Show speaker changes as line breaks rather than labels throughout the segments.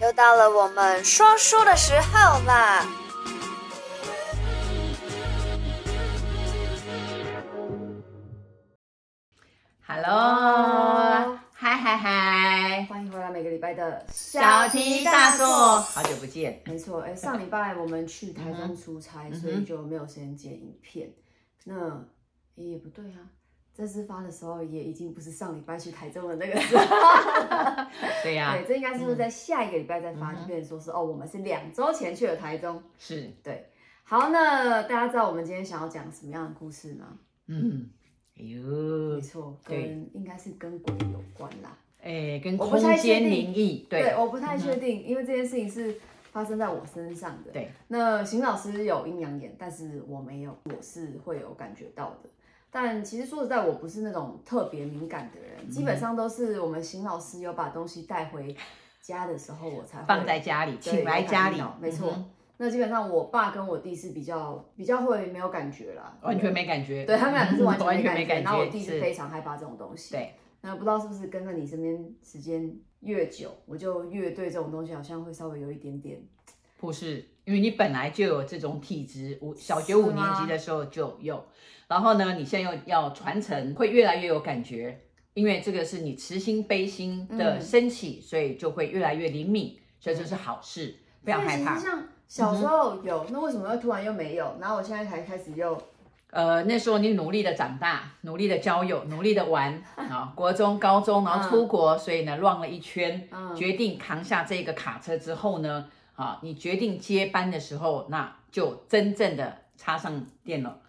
又到了我们说书的时候啦！
Hello，嗨嗨嗨，
欢迎回来，每个礼拜的，
小题大做，好久不见。
没错，哎，上礼拜我们去台中出差，所以就没有时间剪影片。那诶也不对啊，这次发的时候也已经不是上礼拜去台中的那个时候，
对呀、
对，这应该是会在下一个礼拜再发，就变成说是哦，我们是两周前去了台中。
是，
对，好，那大家知道我们今天想要讲什么样的故事吗？
嗯，哎呦
没，错，
对
跟应该是跟鬼有关啦。
哎，跟
我不
空
太确
间
定
灵异，对嗯
我不太确定，因为这件事情是发生在我身上的。
对，
那邢老师有阴阳眼，但是我没有，我是会有感觉到的。但其实说实在，我不是那种特别敏感的人，基
嗯
本上都是我们邢老师有把东西带回家的时候，我才会
放在家里，
对
请来家
有感应
里
到，没错。
嗯哼
那基本上我爸跟我弟是比较比较会没有感觉啦，
完全没感觉，
对他们两个是完全
完
没
全
感
没
觉，
感觉，
然后我弟是非常害怕这种东西。
对，
那不知道是不是跟在你身边时间越久，我就越对这种东西好像会稍微有一点点
不是，因为你本来就有这种体质，五小学五
是吗
年级的时候就有，然后呢，你现在又要传承，会越来越有感觉，因为这个是你慈心悲心的
嗯
升起，所以就会越来越灵敏，所以这是好事，不要害
所以
怕嗯
其实。像小时候有，那为什么又突然又没有？然后我现在才开始又
呃，那时候你努力的长大，努力的交友，努力的 玩啊，国中、高中，然后出国，所以呢，乱了一圈，
嗯
决定扛下这个卡车之后呢，啊，你决定接班的时候，那就真正的插上电了，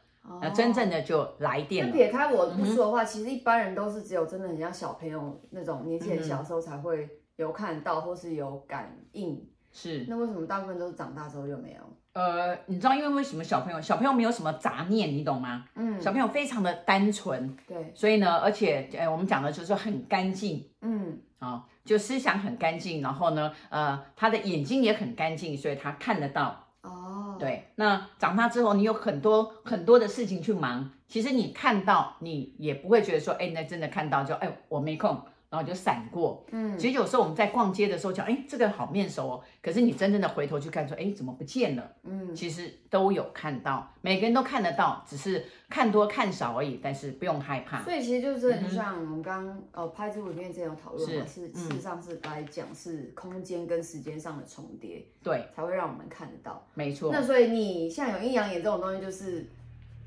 那、呃真正的就来电
哦那
了。嗯
撇开我不说的话，其实一般人都是只有真的很像小朋友那种年纪很
嗯
小的时候才会有看到或是有感应。
是，
那为什么大部分都是长大之后又没有？
呃，你知道因为为什么小朋友小朋友没有什么杂念，你懂吗？
嗯，
小朋友非常的单纯，
对，
所以呢，而且呃，我们讲的就是说很干净，
嗯，
啊、就思想很干净，然后呢，呃，他的眼睛也很干净，所以他看得到。
哦，，
对，那长大之后，你有很多很多的事情去忙，其实你看到，你也不会觉得说，哎，那真的看到就，哎，我没空，然后就闪过。
嗯，
其实有时候我们在逛街的时候讲，哎，这个好面熟哦，可是你真正的回头去看，说，哎，怎么不见了？
嗯，
其实都有看到，每个人都看得到，只是看多看少而已，但是不用害怕。
所以其实就是很像我们刚刚呃拍这部影片之前有讨论嘛，
嗯是
是
嗯
事实上是来讲是空间跟时间上的重叠
对，
才会让我们看得到。
没错。
那所以你像有阴阳眼这种东西，就是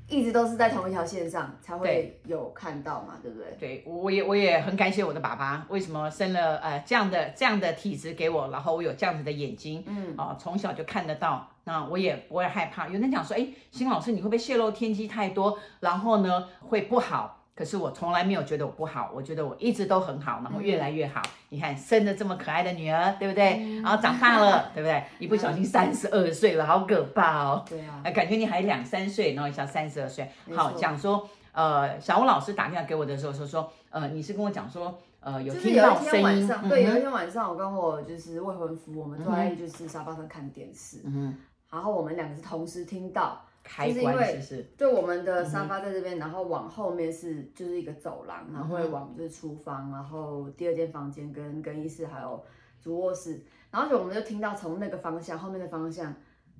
一直都是在同一条线上才会有看到嘛，对不对？
对，我我也我也很感谢我的爸爸，为什么生了呃这样的这样的体质给我，然后我有这样子的眼睛，
嗯，
啊、从小就看得到，那我也不会害怕。有人讲说，哎，辛老师你会不会泄露天机太多，然后呢会不好？可是我从来没有觉得我不好，我觉得我一直都很好，然后越
嗯
来越好。你看生了这么可爱的女儿，对不对？
嗯
然后长大了，对不对？一不小心三十二岁了，好可怕哦。
对啊，
呃，感觉你还两三岁，然后一下三十二岁。
没
好，
错
讲说，呃，小吴老师打电话给我的时候说说，呃，你是跟我讲说，呃，有
就是
听
有
到
一天
声
晚
音，嗯
上，对，有一天晚上我跟我就是未婚夫，我们坐在就是沙发上看电视，
嗯，
然后我们两个是同时听到，
开
就是因
关
为
是不是？
对，我们的沙
嗯
发在这边，然后往后面是就是一个走廊，然后会往就是厨房，然后第二间房间跟更衣室还有主卧室，然后就我们就听到从那个方向后面的方向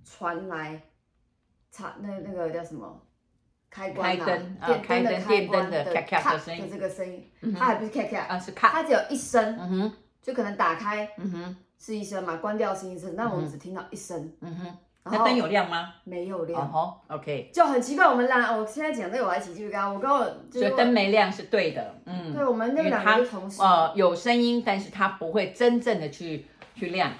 传来，插那那个叫什么？开关、啊、
开灯啊
电
开
灯的
灯
开
电
关
灯的咔咔
咔
的声音
这个声音，它还不是咔咔，
啊，是卡，
它只有一声，
嗯哼，
就可能打开
嗯哼，
是一声嘛，关掉是一声，但我们只听到一声，
嗯哼。
然
那
后
灯有亮吗？
哦没有亮
哦。吼，OK，
就很奇怪，我们俩，我现在讲这个，我还起鸡皮疙瘩。我跟我就
所
是
以灯没亮是对的，嗯，
对，我们那
因为
两
它
个是同时，
呃，有声音，但是它不会真正的去去亮。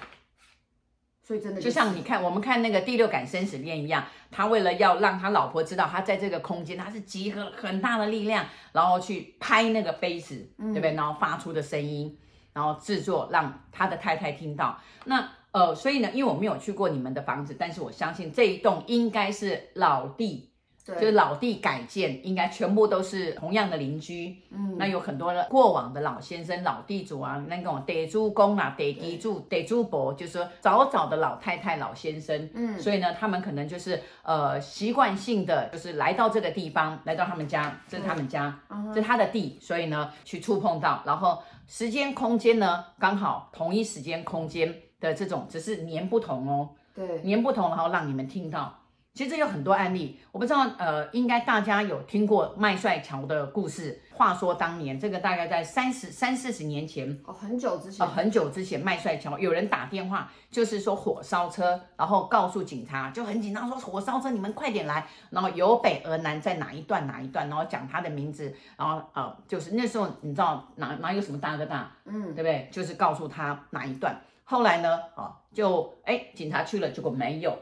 所以真的
就像你看，我们看那个《第六感生死恋》一样，他为了要让他老婆知道他在这个空间，他是集合了很大的力量，然后去拍那个杯子，
嗯
对不对？然后发出的声音，然后制作让他的太太听到。那呃，所以呢，因为我没有去过你们的房子，但是我相信这一栋应该是老地就
对，
是老地改建，应该全部都是同样的邻居。
嗯
那有很多的过往的老先生、老地主啊，那种得主公啊、得地主、得主伯，就是说早早的老太太、老先生。
嗯
所以呢，他们可能就是呃习惯性的，就是来到这个地方，来到他们家，这是他们家，
嗯哼
这是他的地，所以呢去触碰到，然后时间空间呢，刚好同一时间空间的这种，只是年不同哦，
对，
年不同，然后让你们听到。其实这有很多案例，我不知道，呃，应该大家有听过麦帅桥的故事。话说当年，这个大概在三十三四十年前，
哦，很久之前
呃，，很久之前麦帅桥有人打电话，就是说火烧车，然后告诉警察，就很紧张说火烧车，你们快点来。然后由北而南在哪一段哪一段，然后讲他的名字，然后呃，就是那时候你知道哪哪有什么大哥大，对
嗯，
不对？就是告诉他哪一段。后来呢，啊，就哎，警察去了，结果没有，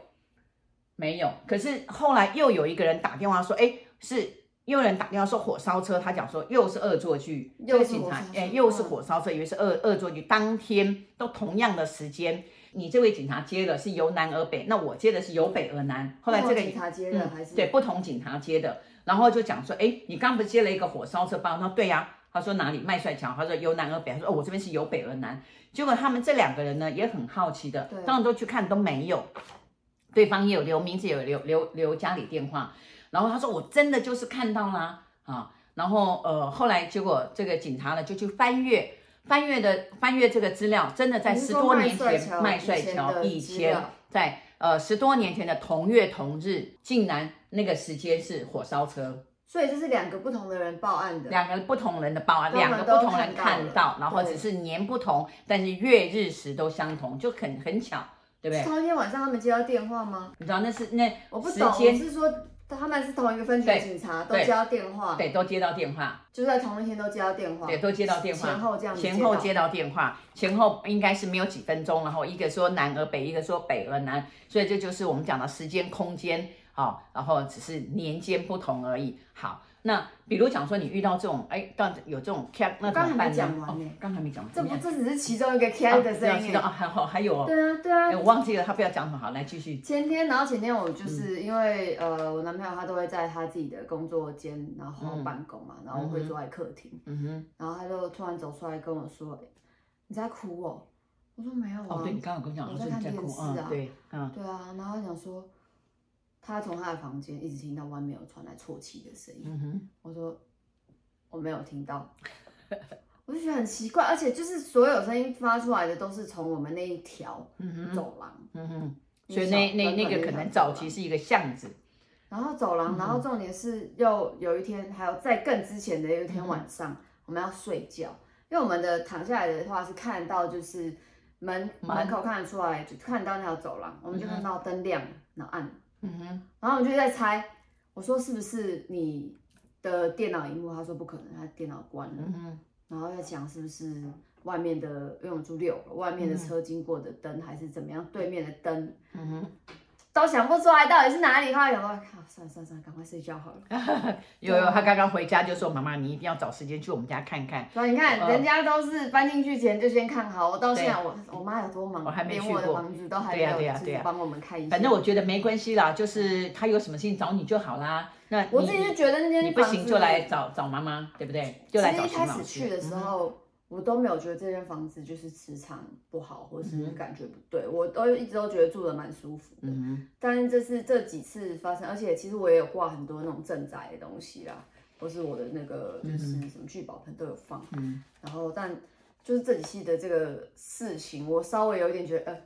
没有。可是后来又有一个人打电话说，哎，是又有人打电话说火烧车，他讲说又是恶作剧，
又
这
是
个警察
火烧，车
哎，又是
嗯
火烧车，以为是恶恶作剧。当天都同样的时间，你这位警察接的是由南而北，那我接的是由北而南。后来这
不
个
同警察接的还是
嗯对不同警察接的，然后就讲说，哎，你刚不是接了一个火烧车包？他说对呀、他说哪里麦帅桥？他说由南而北。他说哦，我这边是由北而南。结果他们这两个人呢也很好奇的
对，
当然都去看都没有，对方也有留名字，也有留留留家里电话。然后他说我真的就是看到啦啊，然后呃后来结果这个警察呢就去翻阅。翻阅的翻阅这个资料，真的在
你是
十
说
多
麦
年
帅
前，
桥
麦
以
帅
前
桥
的
以
资
前
料
在呃十多年前的同月同日，竟然那个时间是火烧车，
所以这是两个不同的人报案的，
两个不同人的报案，
都能
两个不同人
都
看
看
到，
到
然后
对
只是年不同，但是月日时都相同，就很很巧，对不
是
对？
同一天晚上他们接到电话吗？
你知道那是那
我不
时
懂，我
间
是说他们是同一个分局的
对
警察都
对
接到电话，
对都接到电话，
就在同一天都接到电话，
对都接到电话，
前后这样子
前后
到
接到电话，前后应该是没有几分钟，然后一个说南而北，一个说北而南，所以这就是我们讲的时间空间，好、然后只是年间不同而已。好，那比如讲说你遇到这种，哎，到底有这种 cap，那
我
怎
刚
么
还
办
没
呢？
讲完
哦
呢
刚还没讲完，
这不
怎么样
这只是其中一个 K
啊
的
这样
声
知
音
道，啊，还好还有哦，
对啊对啊
哎，我忘记了他不要讲什么，好，来继续。
前天，然后前天我
嗯
就是因为、呃，我男朋友他都会在他自己的工作间，然后办公嘛，然后我会坐在客厅，
嗯
然后他就突然走出来跟我说：“哎你在哭哦？”我说：“没有啊。
哼，哦，对你刚刚有跟我讲，
我
说
在
你
看
在
电
哭，
视
嗯
啊，
对，嗯，
对啊，然后他想说，他从他的房间一直听到外面有传来啜泣的声音。
嗯哼，
我说我没有听到， 我就觉得很奇怪，而且就是所有声音发出来的都是从我们那一条
嗯哼，
走廊，
嗯哼，
你
所以
小
那那
短短
那
的
个
一
可
条
能
走
早期
廊
是一个巷子，
然后走廊，
嗯
然后重点是又有一天，还有在更之前的有一天晚
嗯
上，我们要睡觉，因为我们的躺下来的话是看到就是门
门
门口看得出来，就看到那条走廊，我们就看到灯亮，然后暗了，
嗯哼。
然后我们就在猜，我说是不是你的电脑荧幕？他说不可能，他电脑关了。
嗯哼，
然后在想是不是外面的，因为我们住六楼，外面的车经过的灯、还是怎么样，对面的灯
嗯
都想不出来到底是哪里。后来想说，靠，算了算了算了，赶快睡觉好了。
哼， 有有，他刚刚回家就说：“妈妈，你一定要找时间去我们家看看。
所以你看，
嗯
人家都是搬进去前就先看好，我到现在我我妈有多忙，
我还没去
连我的
过
房子都还
对
没
呀
有
对呀
自
对
己
呀
帮我们看一下。
反正我觉得没关系啦，就是他有什么事情找你就好啦。那
我
你
自己就觉得那
你
间
不
房子
行就来找找妈妈，对不对？就来
其
找
实一
邢
开
老
始
师。
去的时
嗯
候，我都没有觉得这间房子就是磁场不好，或是感觉不对，我都一直都觉得住的蛮舒服的。
嗯
但是这是这几次发生，而且其实我也有挂很多那种镇宅的东西啦，或是我的那个就是什么聚宝盆都有放。
嗯
然后但就是这几期的这个事情，我稍微有一点觉得，呃，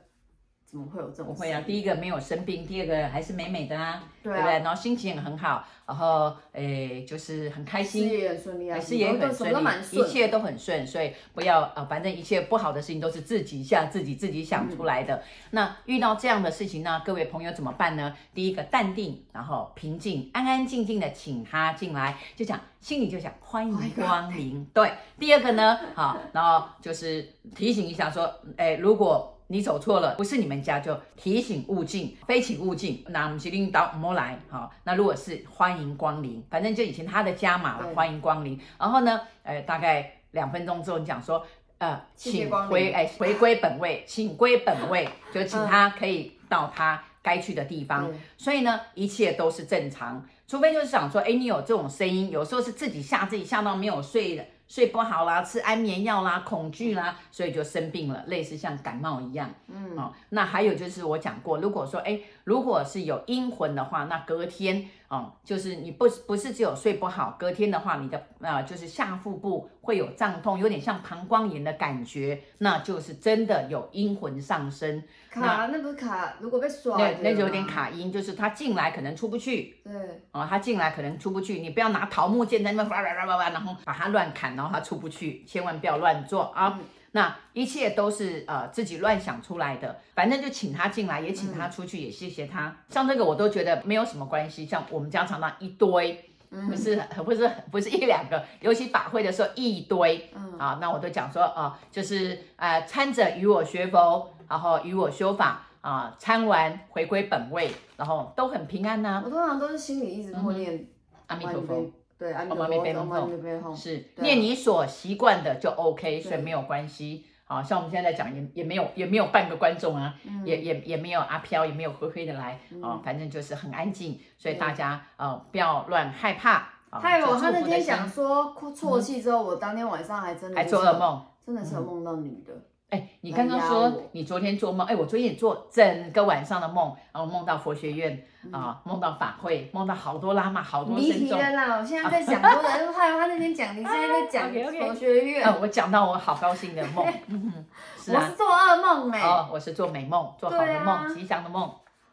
怎么会有这种
哼，
事？
不会啊。第一个没有生病，第二个还是美美的啊，
对
不
啊
对？然后心情也很好，然后诶就是很开
事
心，
业也很顺利啊，
事业
什么都什么
很
都
顺利
蛮，顺
一
的，
切都很顺，所以不要呃，反正一切不好的事情都是自己吓自己，自己想
嗯
出来的。那遇到这样的事情呢，各位朋友怎么办呢？第一个淡定，然后平静，安安静静的请他进来，就讲心里就想欢
哎
迎光临。对，第二个呢，好，然后就是提醒一下说，哎，如果。你走错了，不是你们家就提醒勿进，非请勿进。那我们决定到我们来，好。那如果是欢迎光临，反正就以前他的家嘛，
对
欢迎光临。然后呢，呃，大概两分钟之后，你讲说，呃，
谢谢
请
光临
回哎回归本位，请归本位，就请他可以到他该去的地方。
对
所以呢，一切都是正常，除非就是想说，哎，你有这种声音，有时候是自己吓自己，吓到没有睡了。睡不好啦，吃安眠药啦，恐惧啦，所以就生病了，类似像感冒一样。
嗯，
哦，那还有就是我讲过，如果说哎，如果是有阴魂的话，那隔天哦，就是你不不是只有睡不好，隔天的话，你的呃就是下腹部会有胀痛，有点像膀胱炎的感觉，那就是真的有阴魂上身，
卡那不是卡，如果被耍
那
的
那就有点
吗。
卡阴，就是他进来可能出不去
对，
哦，他进来可能出不去，你不要拿桃木剑在那边哇哇哇哇哇，然后把它乱砍，然后他出不去，千万不要乱做啊。那一切都是呃自己乱想出来的，反正就请他进来，也请他出去，也谢谢他。像这个我都觉得没有什么关系，像我们家常常一堆。不是不是不是一两个，尤其法会的时候一堆，
嗯
啊，那我都讲说啊、就是呃参者与我学佛，然后与我修法啊、参完回归本位，然后都很平安呐、
我通常都是心里一直默念
嗯阿弥陀佛。，
对，阿弥陀
哦妈咪
佛，
被
然后
梦
妈
中
咪被哄，
是
对啊
念你所习惯的就 OK，所以
对
没有关系。好、像我们现在在讲也也没有也没有半个观众啊，
嗯
也也也没有阿飘，也没有灰灰的来哦，反正就是很安静，所以
对
大家呃不要乱害怕。啊
还有
就
他
祝
那
福
天
的心嗯
讲说哭啜泣之后，我当天晚上还真的
还
是
做噩，梦。嗯
真的是有梦到女的，
哎，你刚刚
来压
说
我
你昨天做梦，哎，我昨天也做整个晚上的梦，然后梦到佛学院
嗯
啊、梦到法会，梦到好多喇嘛，好多
离
僧
题
众。
了啦！我现在在讲多的，因为还有他那天讲，你现在在
OK，OK
讲佛学院，
呃，我讲到我好高兴的梦，嗯哼，是
我
啊
是，做噩梦哎，
哦，我是做美梦，做好
对
的
啊
梦，吉祥的梦。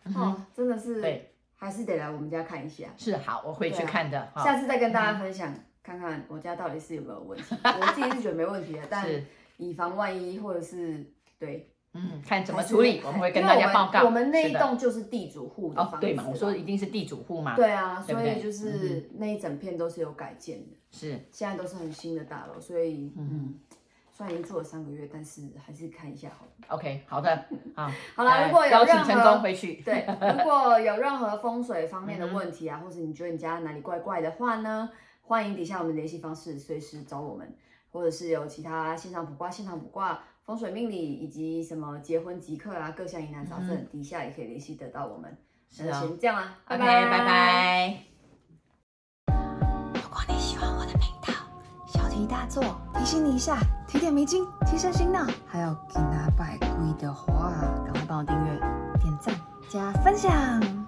嗯哼，
哦，真的是，
对，
还是得来我们家看一下，
是好，嗯我会去
对啊
看的。哈，
下次再跟大家分享，看看我家到底是有没有问题。我自己是觉得没问题的，但
是，
以防万一，或者是对
嗯，看怎么
还是
处理，我们会跟大
因为我
家
们
报告。
我们那
是
一
的
栋就是地主户的
哦，
房子，啊
对嘛，我说一定是地主户嘛，
对啊，
对不
所
对嗯
以就是那一整片都是有改建的，
是
现在都是很新的大楼，所以嗯，虽然已经住了三个月，但是还是看一下好了。
OK，好的，啊，
好啦
呃
如果有
邀请
任
成
何
功嗯回去，
对，如果有任何风水方面的问题啊，或是你觉得你家哪里怪怪的话呢，欢迎底下我们的联系方式，随时找我们，或者是有其他线上卜卦、现场卜卦、风水命理以及什么结婚即刻啊，各项疑难杂症，底下也可以联系得到我们。
嗯是
那就
啊
先这样啦，
，OK，拜拜。
如果你喜欢我的频道，小题大做，提醒你一下，提点迷津，提升醒脑。还有给拿百贵的话，赶快帮我订阅、点赞、加分享。